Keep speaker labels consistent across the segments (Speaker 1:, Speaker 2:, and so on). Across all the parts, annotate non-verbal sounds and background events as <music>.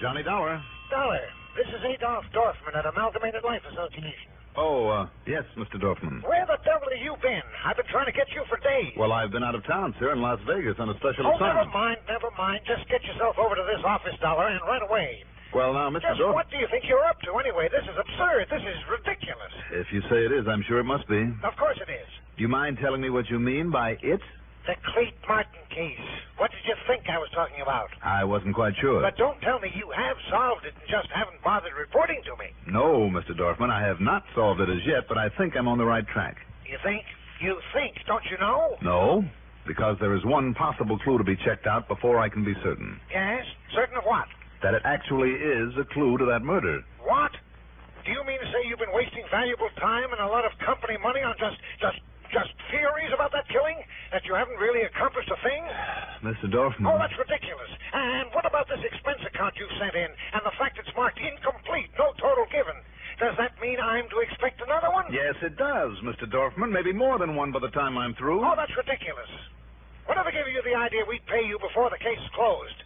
Speaker 1: Johnny Dollar.
Speaker 2: Dollar, this is Adolf Dorfman at Amalgamated Life Association.
Speaker 1: Oh, uh, yes, Mr. Dorfman.
Speaker 2: Where the devil have you been? I've been trying to get you for days.
Speaker 1: Well, I've been out of town, sir, in Las Vegas on a special
Speaker 2: oh, never
Speaker 1: assignment.
Speaker 2: mind, never mind. Just get yourself over to this office, Dollar, and right away.
Speaker 1: Well, now, Mr.
Speaker 2: Just
Speaker 1: Dorfman.
Speaker 2: what do you think you're up to anyway? This is absurd. This is ridiculous.
Speaker 1: If you say it is, I'm sure it must be. Do
Speaker 2: Of course it is.
Speaker 1: you mind telling me what you mean by it?
Speaker 2: The Cleet Martin case. What did you think I was talking about?
Speaker 1: I wasn't quite sure.
Speaker 2: But don't tell me you have solved it and just haven't bothered reporting to me.
Speaker 1: No, Mr. Dorfman, I have not solved it as yet, but I think I'm on the right track.
Speaker 2: You think? You think, don't you know?
Speaker 1: No, because there is one possible clue to be checked out before I can be certain
Speaker 2: Yes? Certain of what?
Speaker 1: that it actually is a clue to that murder.
Speaker 2: What? Do you mean to say you've been wasting valuable time and a lot of company money on just, just, just theories about that killing? That you haven't really accomplished a thing?
Speaker 1: Mr. Dorfman.
Speaker 2: Oh, that's ridiculous. And what about this expense account you sent in and the fact it's marked incomplete, no total given? Does that mean I'm to expect another one?
Speaker 1: Yes, it does, Mr. Dorfman. Maybe more than one by the time I'm through.
Speaker 2: Oh, that's ridiculous. Whatever gave you the idea we'd pay you before the case is closed?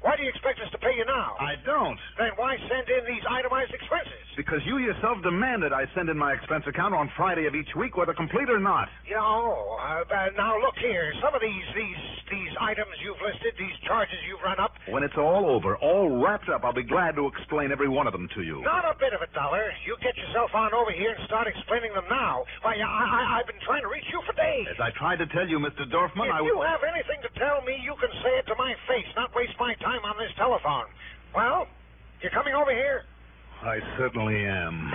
Speaker 2: Why do you expect us to pay you now?
Speaker 1: I don't.
Speaker 2: Then why send in these itemized expenses?
Speaker 1: Because you yourself demanded I send in my expense account on Friday of each week, whether complete or not.
Speaker 2: Yeah, oh, uh, uh, now look here. Some of these these these items you've listed, these charges you've run up,
Speaker 1: When it's all over, all wrapped up, I'll be glad to explain every one of them to you.
Speaker 2: not a bit of a dollar. You get yourself on over here and start explaining them now. Why, I, I I've been trying to reach you for days.
Speaker 1: As I tried to tell you, Mr. Dorfman, I
Speaker 2: if you have anything to tell me, you can say it to my face. Not waste my time on this telephone. Well, you're coming over here.
Speaker 1: I certainly am.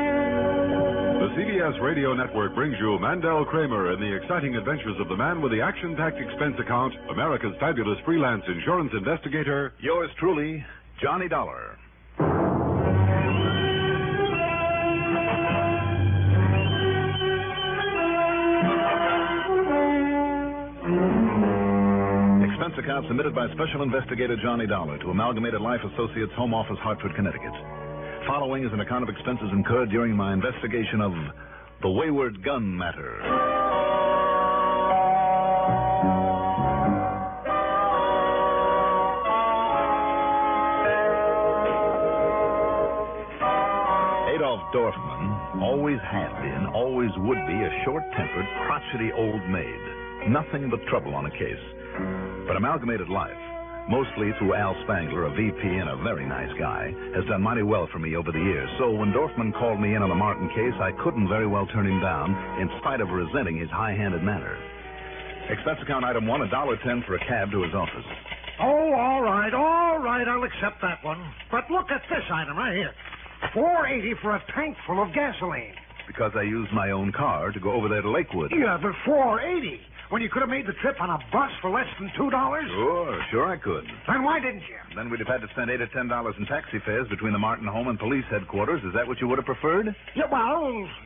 Speaker 3: The CBS Radio Network brings you Mandel Kramer and the exciting adventures of the man with the action packed expense account, America's fabulous freelance insurance investigator.
Speaker 1: Yours truly, Johnny Dollar. Expense account submitted by Special Investigator Johnny Dollar to Amalgamated Life Associates Home Office, Hartford, Connecticut. Following is an account of expenses incurred during my investigation of the Wayward Gun matter. Adolf Dorfman always had been, always would be a short tempered, crotchety old maid. Nothing but trouble on a case. But Amalgamated Life, mostly through Al Spangler, a VP and a very nice guy, has done mighty well for me over the years. So when Dorfman called me in on the Martin case, I couldn't very well turn him down, in spite of resenting his high handed manner. Expense account item one, a dollar ten for a cab to his office.
Speaker 2: Oh, all right, all right, I'll accept that one. But look at this item right here. Four eighty for a tank full of gasoline.
Speaker 1: Because I used my own car to go over there to Lakewood.
Speaker 2: Yeah, but four eighty. When you could have made the trip on a bus for less than two dollars?
Speaker 1: Sure, sure I could.
Speaker 2: Then why didn't you?
Speaker 1: Then we'd have had to spend eight or ten dollars in taxi fares between the Martin home and police headquarters. Is that what you would have preferred?
Speaker 2: Yeah, well,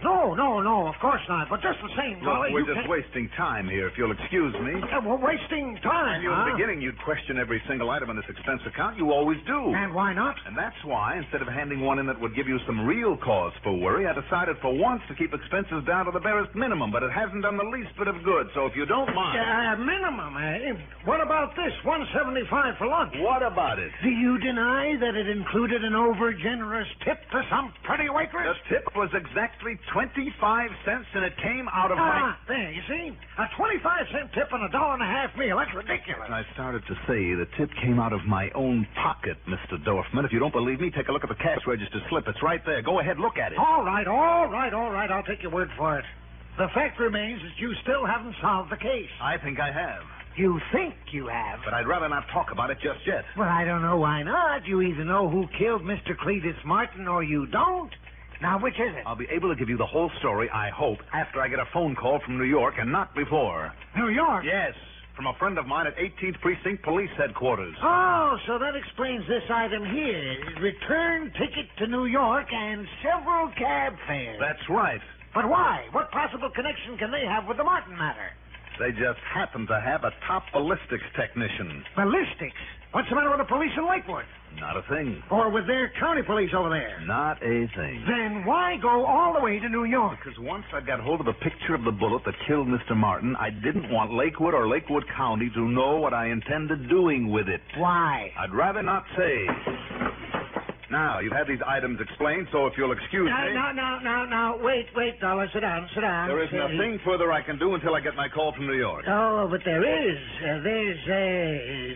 Speaker 2: no, no, no, of course not. But just the same, Dolly,
Speaker 1: we're
Speaker 2: you
Speaker 1: just
Speaker 2: can't-
Speaker 1: wasting time here, if you'll excuse me.
Speaker 2: Yeah, we're wasting time.
Speaker 1: You, in
Speaker 2: huh?
Speaker 1: the beginning, you'd question every single item in this expense account. You always do.
Speaker 2: And why not?
Speaker 1: And that's why, instead of handing one in that would give you some real cause for worry, I decided for once to keep expenses down to the barest minimum, but it hasn't done the least bit of good. So if you don't mind.
Speaker 2: Yeah, uh, minimum. eh? what about this? One seventy-five for lunch.
Speaker 1: What about it?
Speaker 2: Do you deny that it included an over-generous tip to some pretty waitress?
Speaker 1: The tip was exactly 25 cents, and it came out of my.
Speaker 2: Ah, there, you see? A 25 cent tip on a dollar and a half meal. That's ridiculous.
Speaker 1: I started to say the tip came out of my own pocket, Mr. Dorfman. If you don't believe me, take a look at the cash register slip. It's right there. Go ahead, look at it.
Speaker 2: All right, all right, all right. I'll take your word for it. The fact remains that you still haven't solved the case.
Speaker 1: I think I have,
Speaker 2: You think you have.
Speaker 1: but I'd rather not talk about it just yet.
Speaker 2: Well, I don't know why not. You either know who killed Mr. Cletus Martin or you don't. Now, which is it?
Speaker 1: I'll be able to give you the whole story, I hope, after I get a phone call from New York, and not before.
Speaker 2: New York.
Speaker 1: Yes, from a friend of mine at 18th Precinct Police Headquarters.
Speaker 2: Oh, so that explains this item here. Return ticket to New York and several cab fares.
Speaker 1: That's right.
Speaker 2: But why? What possible connection can they have with the Martin matter?
Speaker 1: They just happen to have a top ballistics technician.
Speaker 2: Ballistics. What's the matter with the police in Lakewood?
Speaker 1: Not a thing.
Speaker 2: Or with their county police over there?
Speaker 1: Not a thing.
Speaker 2: Then why go all the way to New York?
Speaker 1: Because once I got hold of a picture of the bullet that killed Mr. Martin, I didn't want Lakewood or Lakewood County to know what I intended doing with it.
Speaker 2: Why?
Speaker 1: I'd rather not say. Now, you've had these items explained, so if you'll excuse
Speaker 2: Now,
Speaker 1: me.
Speaker 2: now, now, now, now, wait, wait, Dollar. Sit down, sit down.
Speaker 1: There is
Speaker 2: Sit-
Speaker 1: nothing further I can do until I get my call from New York.
Speaker 2: Oh, but there is. Uh, there's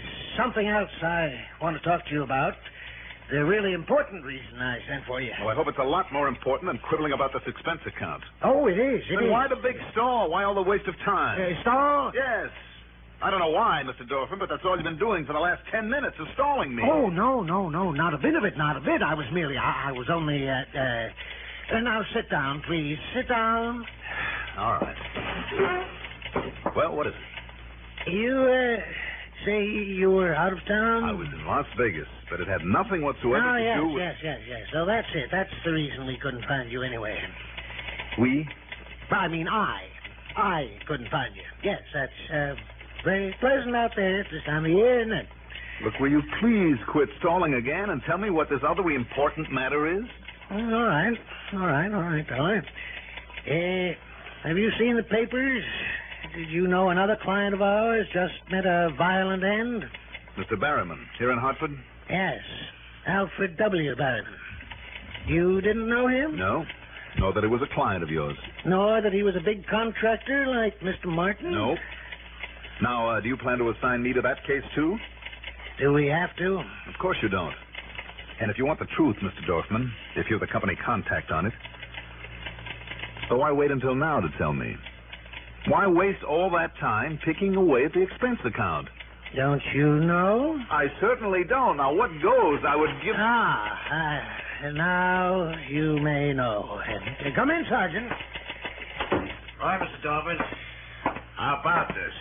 Speaker 2: uh, something else I want to talk to you about. The really important reason I sent for you.
Speaker 1: Well, Oh, I hope it's a lot more important than quibbling about this expense account.
Speaker 2: Oh, it is. It
Speaker 1: Then
Speaker 2: is.
Speaker 1: why the big stall? Why all the waste of time?
Speaker 2: Uh, stall?
Speaker 1: Yes. I don't know why, Mr. Dorfman, but that's all you've been doing for the last ten minutes is stalling me.
Speaker 2: Oh, no, no, no. Not a bit of it, not a bit. I was merely, I, I was only, uh, uh, uh, now sit down, please. Sit down.
Speaker 1: All right. Well, what is it?
Speaker 2: You, uh, say you were out of town?
Speaker 1: I was in Las Vegas, but it had nothing whatsoever
Speaker 2: Oh,
Speaker 1: to
Speaker 2: yes,
Speaker 1: do with
Speaker 2: yes, yes, yes. So that's it. That's the reason we couldn't find you anyway.
Speaker 1: we.
Speaker 2: I mean, I. I couldn't find you. Yes, that's, uh, very pleasant out there at this time of year, isn't it?
Speaker 1: Look, will you please quit stalling again and tell me what this other important matter is?
Speaker 2: Mm, all right. All right, all right, Dollar. Uh, have you seen the papers? Did you know another client of ours just met a violent end?
Speaker 1: Mr. Barryman, here in Hartford?
Speaker 2: Yes. Alfred W. Barron. You didn't know him?
Speaker 1: No. Nor that it was a client of yours?
Speaker 2: Nor that he was a big contractor like Mr. Martin?
Speaker 1: No. Now, uh, do you plan to assign me to that case, too?
Speaker 2: Do we have to?
Speaker 1: Of course you don't. And if you want the truth, Mr. Dorfman, if you're the company contact on it, so why wait until now to tell me? Why waste all that time picking away at the expense account?
Speaker 2: Don't you know?
Speaker 1: I certainly don't. Now, what goes, I would give.
Speaker 2: Ah, uh, now you may know. Uh, come in, Sergeant.
Speaker 4: All right, Mr. Dolphin. How about this?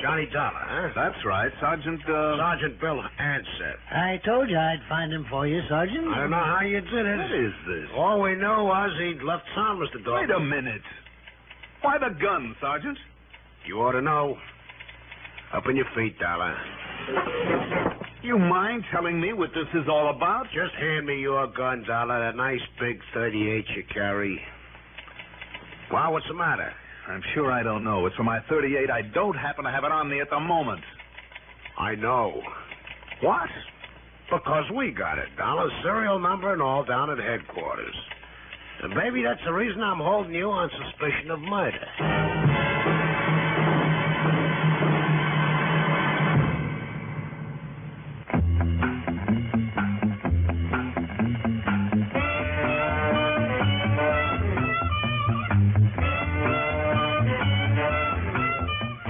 Speaker 4: Johnny Dollar, huh?
Speaker 1: That's right, Sergeant. Uh...
Speaker 4: Sergeant Bill Ansett.
Speaker 2: I told you I'd find him for you, Sergeant.
Speaker 4: I don't know how you did
Speaker 1: What
Speaker 4: it.
Speaker 1: is this?
Speaker 4: All we know was he'd left town, Mr. Dolphin.
Speaker 1: Wait a minute. Why the gun, Sergeant?
Speaker 4: You ought to know. Up on your feet, Dollar.
Speaker 1: You mind telling me what this is all about?
Speaker 4: Just hand me your gun, Dollar, that nice big 38 you carry. Wow, what's the matter?
Speaker 1: I'm sure I don't know. It's for my 38. I don't happen to have it on me at the moment.
Speaker 4: I know.
Speaker 1: What?
Speaker 4: Because we got it, Dollar, serial number and all down at headquarters. And maybe that's the reason I'm holding you on suspicion of murder.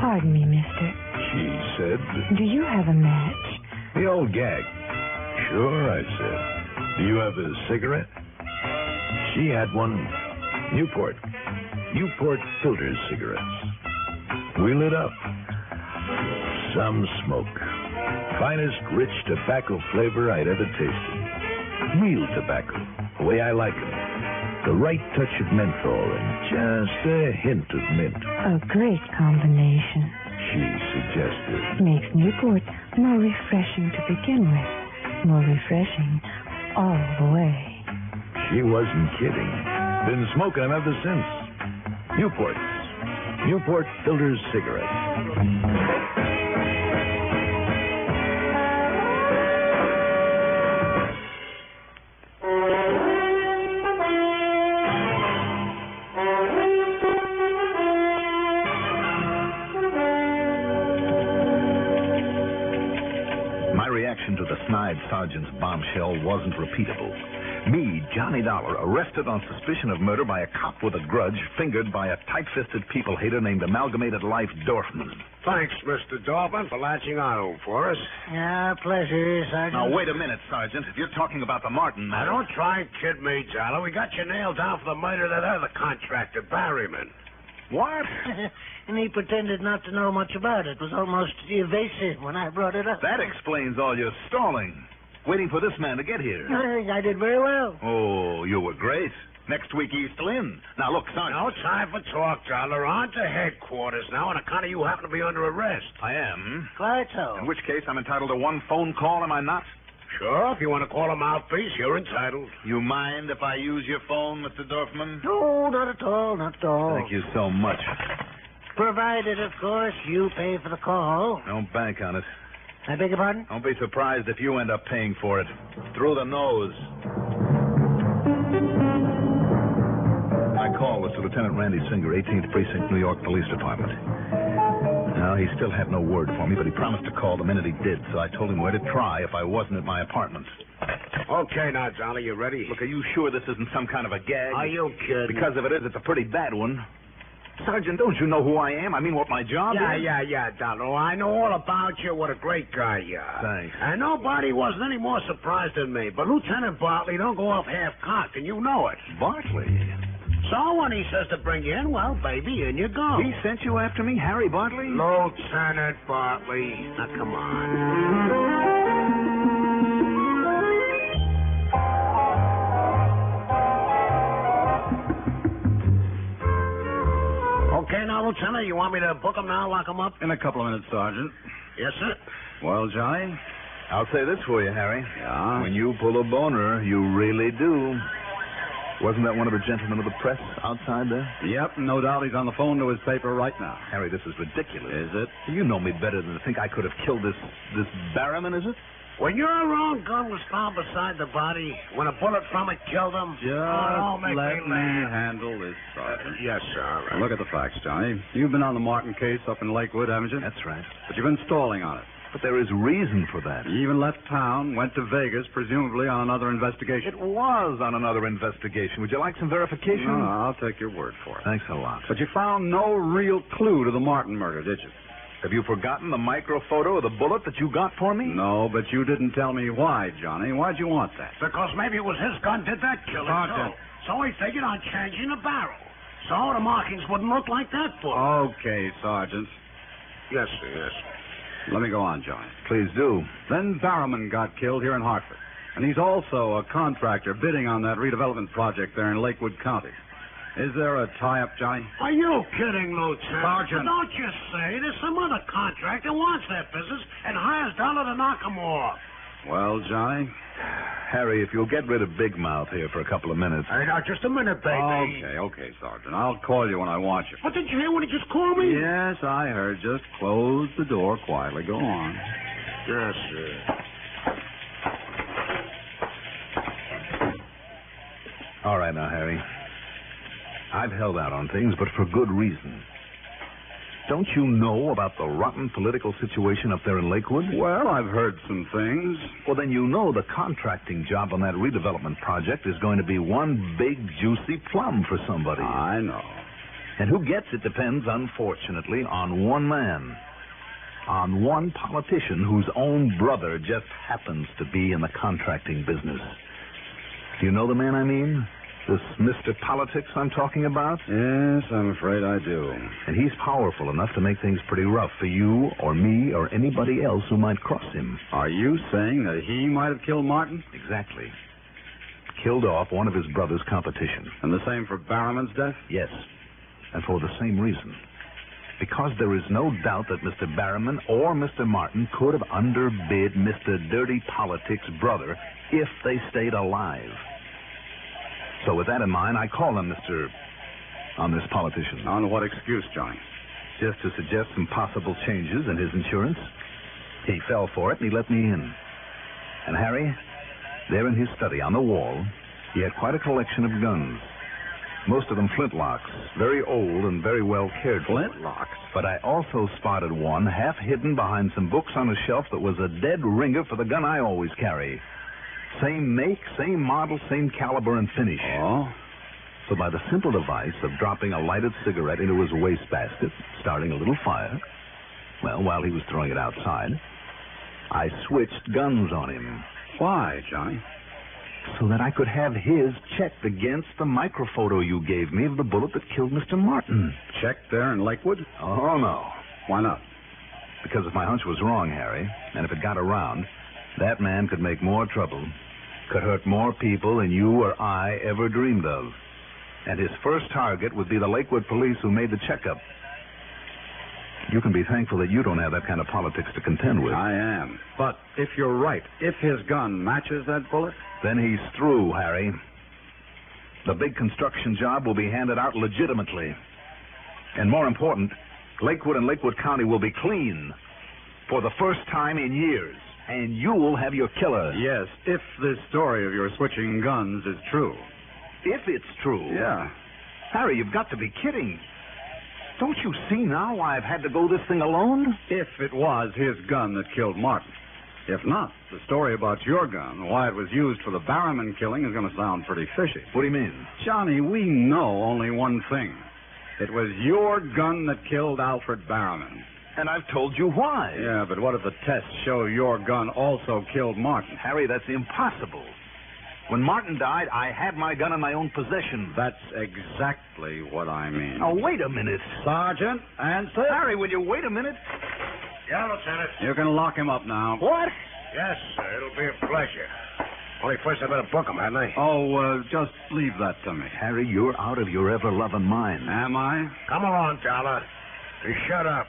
Speaker 5: Pardon me, mister.
Speaker 1: She said.
Speaker 5: Do you have a match?
Speaker 1: The old gag. Sure, I said. Do you have a cigarette? She had one. Newport. Newport filters cigarettes. We lit up. Some smoke. Finest rich tobacco flavor I'd ever tasted. Real tobacco, the way I like 'em. The right touch of menthol and just a hint of mint,
Speaker 5: A great combination.
Speaker 1: she suggested.
Speaker 5: Makes Newport more refreshing to begin with. More refreshing all the way.
Speaker 1: She wasn't kidding. Been smoking 'em ever since. Newports. Newport filters cigarettes. My reaction to the snide sergeant's bombshell wasn't repeatable. Me, Johnny Dollar, arrested on suspicion of murder by a cop with a grudge, fingered by a tight-fisted people hater named Amalgamated Life Dorfman.
Speaker 4: Thanks, Mr. Dobbin, for latching on for us.
Speaker 2: Ah, pleasure, Sergeant.
Speaker 1: Now, wait a minute, Sergeant. If you're talking about the Martin
Speaker 4: Now,
Speaker 1: matter...
Speaker 4: don't try and kid me, Dollar. We got you nailed down for the murder of that other contractor, Barryman.
Speaker 1: What?
Speaker 2: <laughs> and he pretended not to know much about it. Was almost evasive when I brought it up.
Speaker 1: That explains all your stalling. Waiting for this man to get here.
Speaker 2: I think <laughs> I did very well.
Speaker 1: Oh, you were great. Next week, East Lynn. Now, look,
Speaker 4: No
Speaker 1: Sergeant.
Speaker 4: time for talk, Dollar. On to headquarters now on account of you happen to be under arrest.
Speaker 1: I am.
Speaker 2: Quite so.
Speaker 1: In which case, I'm entitled to one phone call, am I not?
Speaker 4: Sure, if you want to call a mouthpiece, you're entitled.
Speaker 1: You mind if I use your phone, Mr. Dorfman?
Speaker 2: No, not at all, not at all.
Speaker 1: Thank you so much.
Speaker 2: Provided, of course, you pay for the call.
Speaker 1: Don't bank on it.
Speaker 2: I beg your pardon?
Speaker 1: Don't be surprised if you end up paying for it. Through the nose. My call was to Lieutenant Randy Singer, 18th Precinct, New York Police Department. Now, he still had no word for me, but he promised to call the minute he did, so I told him where to try if I wasn't at my apartment.
Speaker 4: Okay, now, Johnny, you ready?
Speaker 1: Look, are you sure this isn't some kind of a gag?
Speaker 4: Are you kidding?
Speaker 1: Because if it is, it's a pretty bad one. Sergeant, don't you know who I am? I mean, what my job
Speaker 4: Yeah,
Speaker 1: is?
Speaker 4: yeah, yeah, Donald. I know all about you. What a great guy you are.
Speaker 1: Thanks.
Speaker 4: And nobody wasn't any more surprised than me. But Lieutenant Bartley don't go off half-cocked, and you know it.
Speaker 1: Bartley.
Speaker 4: So when he says to bring you in, well, baby, in you go.
Speaker 1: He sent you after me, Harry Bartley?
Speaker 4: Lieutenant Bartley. Now, come on. Okay, now, Lieutenant, you want me to book him now, lock him up?
Speaker 6: In a couple of minutes, Sergeant.
Speaker 4: Yes, sir.
Speaker 6: Well, Johnny?
Speaker 1: I'll say this for you, Harry.
Speaker 6: Yeah?
Speaker 1: When you pull a boner, you really do. Wasn't that one of the gentlemen of the press outside there?
Speaker 6: Yep, no doubt he's on the phone to his paper right now.
Speaker 1: Harry, this is ridiculous.
Speaker 6: Is it?
Speaker 1: You know me better than to think I could have killed this this barrowman, is it?
Speaker 4: When your own gun was found beside the body, when a bullet from it killed him,
Speaker 6: Just
Speaker 4: oh, don't make
Speaker 6: let
Speaker 4: me laugh.
Speaker 6: handle this, Sergeant.
Speaker 4: Yes, sir. All right.
Speaker 6: Look at the facts, Johnny. You've been on the Martin case up in Lakewood, haven't you?
Speaker 1: That's right.
Speaker 6: But you've been stalling on it.
Speaker 1: But there is reason for that.
Speaker 6: You even left town, went to Vegas, presumably on another investigation.
Speaker 1: It was on another investigation. Would you like some verification?
Speaker 6: No, Ah, I'll take your word for it.
Speaker 1: Thanks a lot.
Speaker 6: But you found no real clue to the Martin murder, did you?
Speaker 1: Have you forgotten the microphoto of the bullet that you got for me?
Speaker 6: No, but you didn't tell me why, Johnny. Why'd you want that?
Speaker 4: Because maybe it was his gun did that killing.
Speaker 6: Sergeant.
Speaker 4: So, so he figured on changing the barrel. So the markings wouldn't look like that bullet.
Speaker 6: Okay, Sergeant.
Speaker 4: yes, sir, yes.
Speaker 6: Let me go on, Johnny.
Speaker 1: Please do.
Speaker 6: Then Barrowman got killed here in Hartford. And he's also a contractor bidding on that redevelopment project there in Lakewood County. Is there a tie-up, Johnny?
Speaker 4: Are you kidding, Lieutenant?
Speaker 6: Sergeant.
Speaker 4: Don't you say there's some other contractor wants that business and hires Dollar to knock him off.
Speaker 6: Well, Johnny.
Speaker 1: Harry, if you'll get rid of Big Mouth here for a couple of minutes.
Speaker 4: Hey, now, just a minute,
Speaker 6: Okay, okay, Sergeant. I'll call you when I want you.
Speaker 4: Um, What did you hear when he just called me?
Speaker 6: Yes, I heard. Just close the door quietly. Go on.
Speaker 4: Yes, sir.
Speaker 1: All right now, Harry. I've held out on things, but for good reason. Don't you know about the rotten political situation up there in Lakewood?
Speaker 6: Well, I've heard some things.
Speaker 1: Well, then you know the contracting job on that redevelopment project is going to be one big, juicy plum for somebody.
Speaker 6: I know.
Speaker 1: And who gets it depends, unfortunately, on one man. On one politician whose own brother just happens to be in the contracting business. Do you know the man I mean? This Mr. Politics I'm talking about?
Speaker 6: Yes, I'm afraid I do.
Speaker 1: And he's powerful enough to make things pretty rough for you or me or anybody else who might cross him.
Speaker 6: Are you saying that he might have killed Martin?
Speaker 1: Exactly. Killed off one of his brother's competition.
Speaker 6: And the same for Barrowman's death?
Speaker 1: Yes. And for the same reason. Because there is no doubt that Mr. Barrowman or Mr. Martin could have underbid Mr. Dirty Politics' brother if they stayed alive. So, with that in mind, I call on Mr. on this politician.
Speaker 6: On what excuse, Johnny?
Speaker 1: just to suggest some possible changes in his insurance. He fell for it and he let me in. And Harry, there in his study on the wall, he had quite a collection of guns. Most of them flintlocks, very old and very well cared for.
Speaker 6: Flintlocks?
Speaker 1: But I also spotted one half hidden behind some books on a shelf that was a dead ringer for the gun I always carry. Same make, same model, same caliber and finish.
Speaker 6: Oh?
Speaker 1: So by the simple device of dropping a lighted cigarette into his wastebasket, starting a little fire, well, while he was throwing it outside, I switched guns on him
Speaker 6: Why, Johnny?
Speaker 1: so that I could have his checked against the microphoto you gave me of the bullet that killed Mr. Martin.
Speaker 6: Check there in Lakewood?
Speaker 1: Oh, no.
Speaker 6: Why not?
Speaker 1: Because if my hunch was wrong, Harry, and if it got around, that man could make more trouble, could hurt more people than you or I ever dreamed of. And his first target would be the Lakewood police who made the checkup. You can be thankful that you don't have that kind of politics to contend with.
Speaker 6: I am. But if you're right, if his gun matches that bullet,
Speaker 1: Then he's through, Harry. The big construction job will be handed out legitimately. And more important, Lakewood and Lakewood County will be clean for the first time in years. And you'll have your killer.
Speaker 6: yes, if this story of your switching guns is true.
Speaker 1: If it's true.
Speaker 6: Yeah.
Speaker 1: Harry, you've got to be kidding. Don't you see now why I've had to go this thing alone?
Speaker 6: If it was his gun that killed Martin. If not, the story about your gun, why it was used for the Barrowman killing, is going to sound pretty fishy.
Speaker 1: What do you mean?
Speaker 6: Johnny, we know only one thing. It was your gun that killed Alfred Barrowman.
Speaker 1: And I've told you why.
Speaker 6: Yeah, but what if the tests show your gun also killed Martin?
Speaker 1: Harry, that's impossible. When Martin died, I had my gun in my own possession.
Speaker 6: That's exactly what I mean.
Speaker 1: Now, wait a minute.
Speaker 6: Sergeant, answer.
Speaker 1: Harry, will you wait a minute?
Speaker 4: Yeah, Lieutenant.
Speaker 6: You can lock him up now.
Speaker 1: What?
Speaker 4: Yes, sir. It'll be a pleasure. Only first I better book him, hadn't I?
Speaker 6: Oh, uh, just leave that to me.
Speaker 1: Harry, you're out of your ever loving mind.
Speaker 6: Am I?
Speaker 4: Come along, Dollar. And shut up.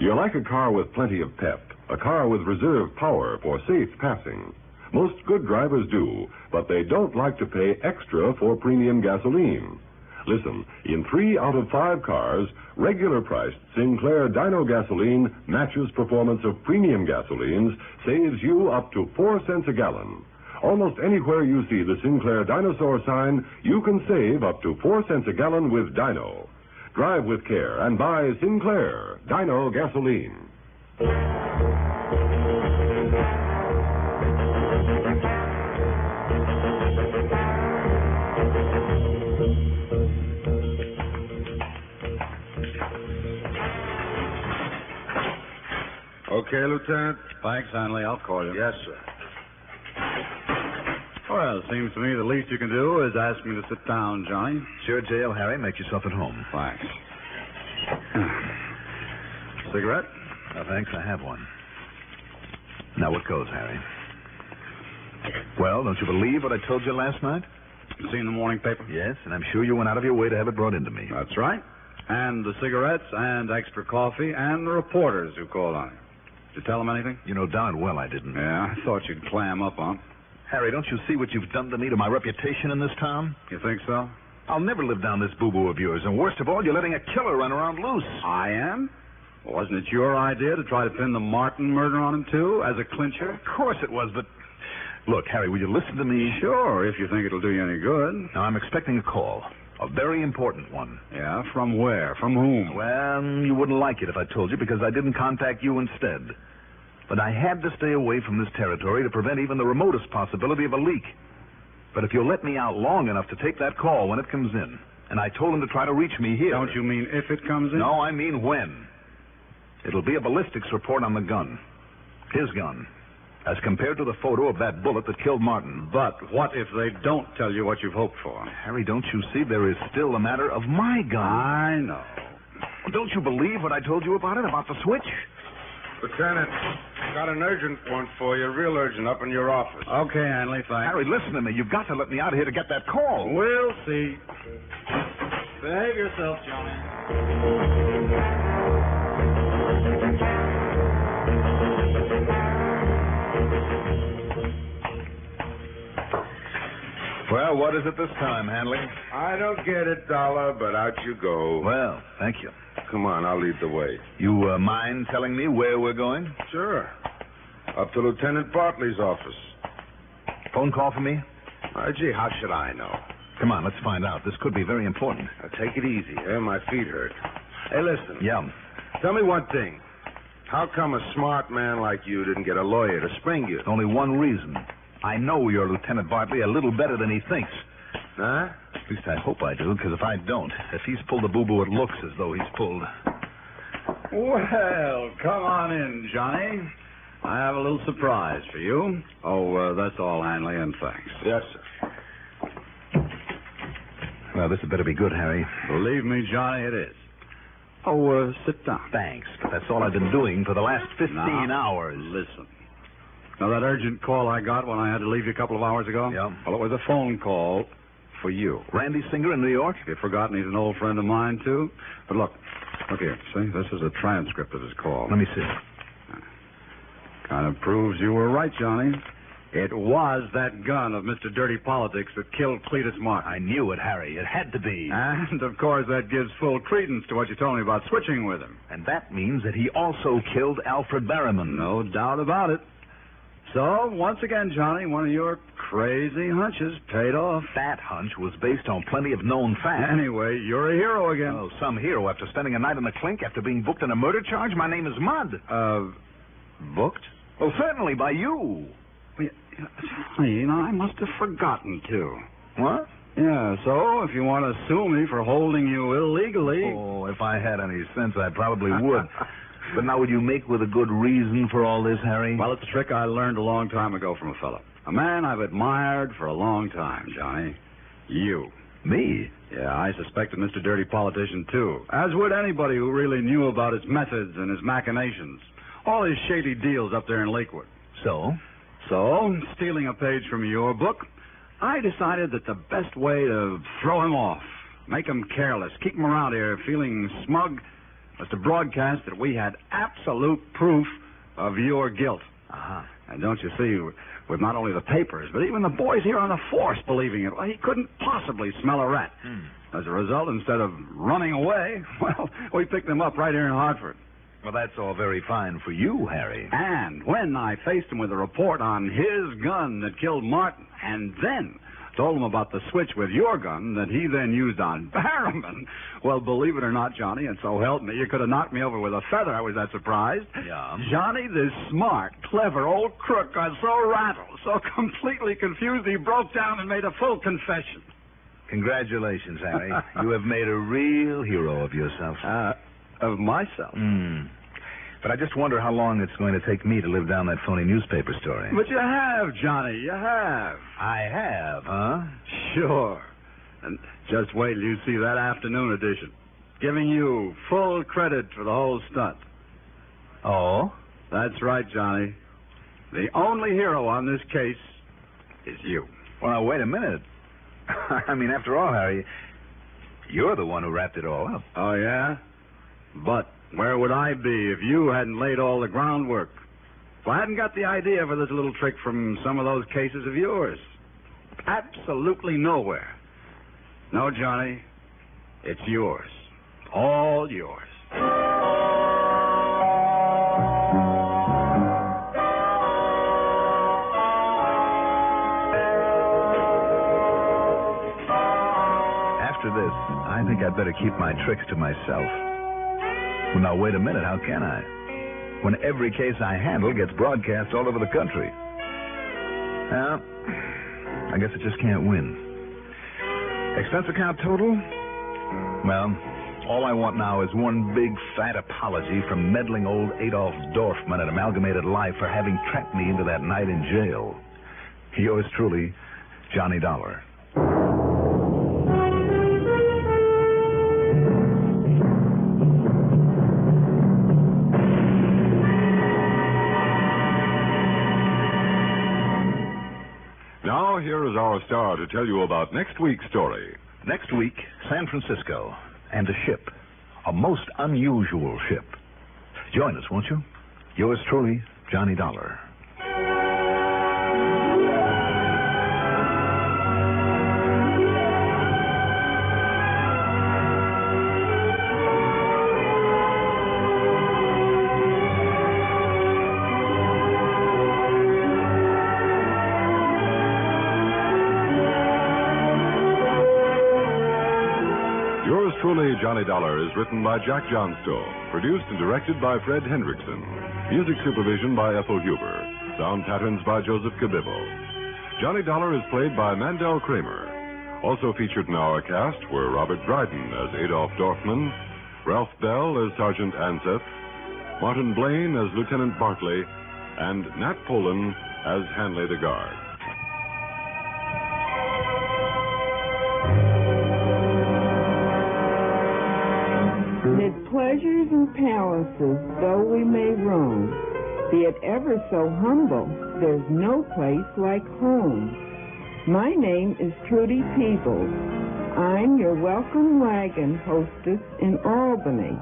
Speaker 3: You like a car with plenty of pep, a car with reserve power for safe passing. Most good drivers do, but they don't like to pay extra for premium gasoline. Listen, in three out of five cars, regular priced Sinclair Dino gasoline matches performance of premium gasolines, saves you up to four cents a gallon. Almost anywhere you see the Sinclair dinosaur sign, you can save up to four cents a gallon with Dino. Drive with care and buy Sinclair Dino Gasoline.
Speaker 6: Okay, Lieutenant. Thanks, Hanley. I'll call you.
Speaker 4: Yes, sir.
Speaker 6: Well, it seems to me the least you can do is ask me to sit down, Johnny.
Speaker 1: Sure, jail, Harry. Make yourself at home.
Speaker 6: Thanks. Cigarette?
Speaker 1: No, thanks. I have one. Now, what goes, Harry? Well, don't you believe what I told you last night?
Speaker 6: You Seen the morning paper?
Speaker 1: Yes, and I'm sure you went out of your way to have it brought into me.
Speaker 6: That's right. And the cigarettes and extra coffee and the reporters who called on him. Did you tell them anything?
Speaker 1: You know darn well I didn't.
Speaker 6: Yeah, I thought you'd clam up on.
Speaker 1: Harry, don't you see what you've done to me, to my reputation in this town?
Speaker 6: You think so?
Speaker 1: I'll never live down this boo-boo of yours. And worst of all, you're letting a killer run around loose.
Speaker 6: I am. Wasn't it your idea to try to pin the Martin murder on him, too, as a clincher?
Speaker 1: Of course it was, but... Look, Harry, will you listen to me?
Speaker 6: Sure, if you think it'll do you any good.
Speaker 1: Now, I'm expecting a call. A very important one.
Speaker 6: Yeah, from where? From whom?
Speaker 1: Well, you wouldn't like it if I told you because I didn't contact you instead. But I had to stay away from this territory to prevent even the remotest possibility of a leak. But if you'll let me out long enough to take that call when it comes in, and I told him to try to reach me here.
Speaker 6: Don't you mean if it comes in?
Speaker 1: No, I mean when. It'll be a ballistics report on the gun. His gun. As compared to the photo of that bullet that killed Martin.
Speaker 6: But what if they don't tell you what you've hoped for?
Speaker 1: Harry, don't you see there is still the matter of my gun?
Speaker 6: I know.
Speaker 1: Don't you believe what I told you about it, about the switch?
Speaker 4: Lieutenant, got an urgent one for you, real urgent, up in your office.
Speaker 6: Okay, Hanley, thanks.
Speaker 1: Harry, listen to me. You've got to let me out of here to get that call.
Speaker 6: We'll see. Behave yourself, Johnny.
Speaker 1: Well, what is it this time, Hanley?
Speaker 4: I don't get it, Dollar, but out you go.
Speaker 1: Well, thank you.
Speaker 4: Come on, I'll lead the way.
Speaker 1: You uh, mind telling me where we're going?
Speaker 4: Sure. Up to Lieutenant Bartley's office.
Speaker 1: Phone call for me?
Speaker 4: Uh, gee, how should I know?
Speaker 1: Come on, let's find out. This could be very important.
Speaker 4: Now, take it easy, eh? My feet hurt. Hey, listen.
Speaker 1: Yeah.
Speaker 4: Tell me one thing. How come a smart man like you didn't get a lawyer to spring you?
Speaker 1: Only one reason. I know you're Lieutenant Bartley a little better than he thinks.
Speaker 4: Huh?
Speaker 1: At least I hope I do, because if I don't, if he's pulled the boo-boo, it looks as though he's pulled.
Speaker 6: Well, come on in, Johnny. I have a little surprise for you. Oh, uh, that's all, Hanley, and thanks.
Speaker 4: Yes, sir.
Speaker 1: Well, this had better be good, Harry.
Speaker 6: Believe me, Johnny, it is. Oh, uh, sit down.
Speaker 1: Thanks, but that's all I've been doing for the last 15
Speaker 6: Now,
Speaker 1: hours.
Speaker 6: Listen. Now, that urgent call I got when I had to leave you a couple of hours ago?
Speaker 1: Yeah.
Speaker 6: Well, it was a phone call for you.
Speaker 1: Randy Singer in New York?
Speaker 6: You've forgotten he's an old friend of mine, too. But look, look here. See, this is a transcript of his call.
Speaker 1: Let me see.
Speaker 6: Kind of proves you were right, Johnny. It was that gun of Mr. Dirty Politics that killed Cletus Martin.
Speaker 1: I knew it, Harry. It had to be.
Speaker 6: And, of course, that gives full credence to what you told me about switching with him.
Speaker 1: And that means that he also killed Alfred Barrowman.
Speaker 6: No doubt about it. So, once again, Johnny, one of your crazy hunches paid off.
Speaker 1: That hunch was based on plenty of known facts.
Speaker 6: Anyway, you're a hero again.
Speaker 1: Oh, some hero after spending a night in the clink, after being booked on a murder charge? My name is Mudd.
Speaker 6: Uh, booked?
Speaker 1: Well, certainly by you.
Speaker 6: Well, You know, I must have forgotten to.
Speaker 1: What?
Speaker 6: Yeah, so if you want to sue me for holding you illegally.
Speaker 1: Oh, if I had any sense, I
Speaker 6: <laughs>
Speaker 1: probably would. but now, would you make with a good reason for all this, Harry?
Speaker 6: Well, it's a trick I learned a long time ago from a fellow. A man I've admired for a long time, Johnny. You.
Speaker 1: me?
Speaker 6: Yeah, I suspected Mr. Dirty Politician, too. As would anybody who really knew about his methods and his machinations. All his shady deals up there in Lakewood.
Speaker 1: So?
Speaker 6: So, stealing a page from your book, I decided that the best way to throw him off, make him careless, keep him around here feeling smug, was to broadcast that we had absolute proof of your guilt.
Speaker 1: Uh-huh.
Speaker 6: And don't you see, with not only the papers, but even the boys here on the force believing it, well, he couldn't possibly smell a rat. As a result, instead of running away, <laughs> well, we picked him up right here in Hartford.
Speaker 1: Well, that's all very fine for you,
Speaker 6: <laughs>
Speaker 1: Harry.
Speaker 6: And when I faced him with a report on his gun that killed Martin, and then told him about the switch with your gun that he then used on <laughs> Barrowman, well, believe it or not, Johnny, and so help me, you could have knocked me over with a feather. I was that surprised.
Speaker 1: Yeah.
Speaker 6: Johnny, this smart, clever old crook got so rattled, so <laughs> completely confused, he broke down and made a full confession.
Speaker 1: Congratulations,
Speaker 6: <laughs>
Speaker 1: Harry. you have made a real hero of yourself.
Speaker 6: Uh, of myself.
Speaker 1: Hmm. But I just wonder how long it's going to take me to live down that phony newspaper story.
Speaker 6: But you have, Johnny, you have.
Speaker 1: I have, huh?
Speaker 6: Sure. And just wait till you see that afternoon edition. Giving you full credit for the whole stunt.
Speaker 1: Oh?
Speaker 6: That's right, Johnny. The only hero on this case is you.
Speaker 1: Well, now, wait a minute. <laughs> I mean, after all, Harry, you're the one who wrapped it all up.
Speaker 6: Oh, yeah? But where would I be if you hadn't laid all the groundwork? If I hadn't got the idea for this little trick from some of those cases of yours? Absolutely nowhere. No, Johnny, it's yours. All yours.
Speaker 1: After this, I think I'd better keep my tricks to myself. Well, now, wait a minute. How can I? When every case I handle gets broadcast all over the country. Well, I guess I just can't win. Expense account total? Well, all I want now is one big fat apology from meddling old Adolf Dorfman at Amalgamated Life for having trapped me into that night in jail. Yours truly, Johnny Dollar.
Speaker 3: Now, here is our star to tell you about next week's story.
Speaker 1: Next week, San Francisco and a ship. A most unusual ship. Join us, won't you? Yours truly, Johnny Dollar.
Speaker 3: Yours truly, Johnny Dollar, is written by Jack Johnstow, produced and directed by Fred Hendrickson, music supervision by Ethel Huber, sound patterns by Joseph Cabibbo. Johnny Dollar is played by Mandel Kramer. Also featured in our cast were Robert Dryden as Adolf Dorfman, Ralph Bell as Sergeant Anseth, Martin Blaine as Lieutenant Bartley, and Nat Polan as Hanley the Guard.
Speaker 7: Mid pleasures and palaces, though we may roam, be it ever so humble, there's no place like home. My name is Trudy Peebles. I'm your welcome wagon hostess in Albany.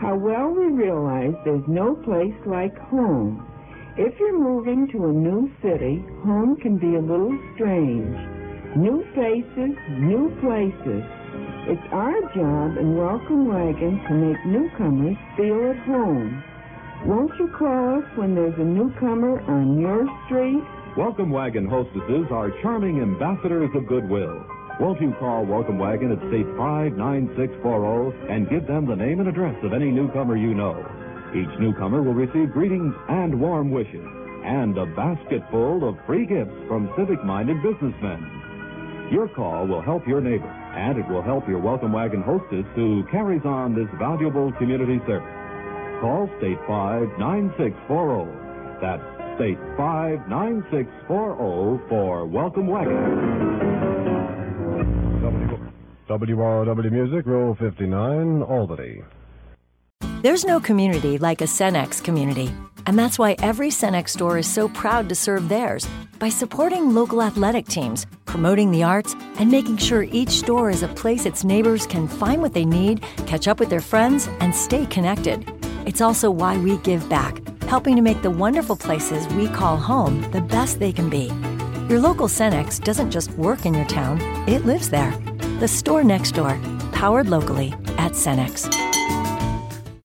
Speaker 7: How well we realize there's no place like home. If you're moving to a new city, home can be a little strange. New faces, new places. It's our job in Welcome Wagon to make newcomers feel at home. Won't you call us when there's a newcomer on your street?
Speaker 1: Welcome Wagon hostesses are charming ambassadors of goodwill. Won't you call Welcome Wagon at State 59640 and give them the name and address of any newcomer you know? Each newcomer will receive greetings and warm wishes and a basket full of free gifts from civic minded businessmen. Your call will help your neighbor, and it will help your Welcome Wagon hostess who carries on this valuable community service. Call State 59640. oh. That's State 59640 for Welcome Wagon.
Speaker 4: WROW Music, Rule 59, Albany.
Speaker 8: There's no community like a Cenex community, and that's why every Cenex store is so proud to serve theirs by supporting local athletic teams, promoting the arts, and making sure each store is a place its neighbors can find what they need, catch up with their friends, and stay connected. It's also why we give back, helping to make the wonderful places we call home the best they can be. Your local Cenex doesn't just work in your town, it lives there. The store next door, powered locally at Cenex.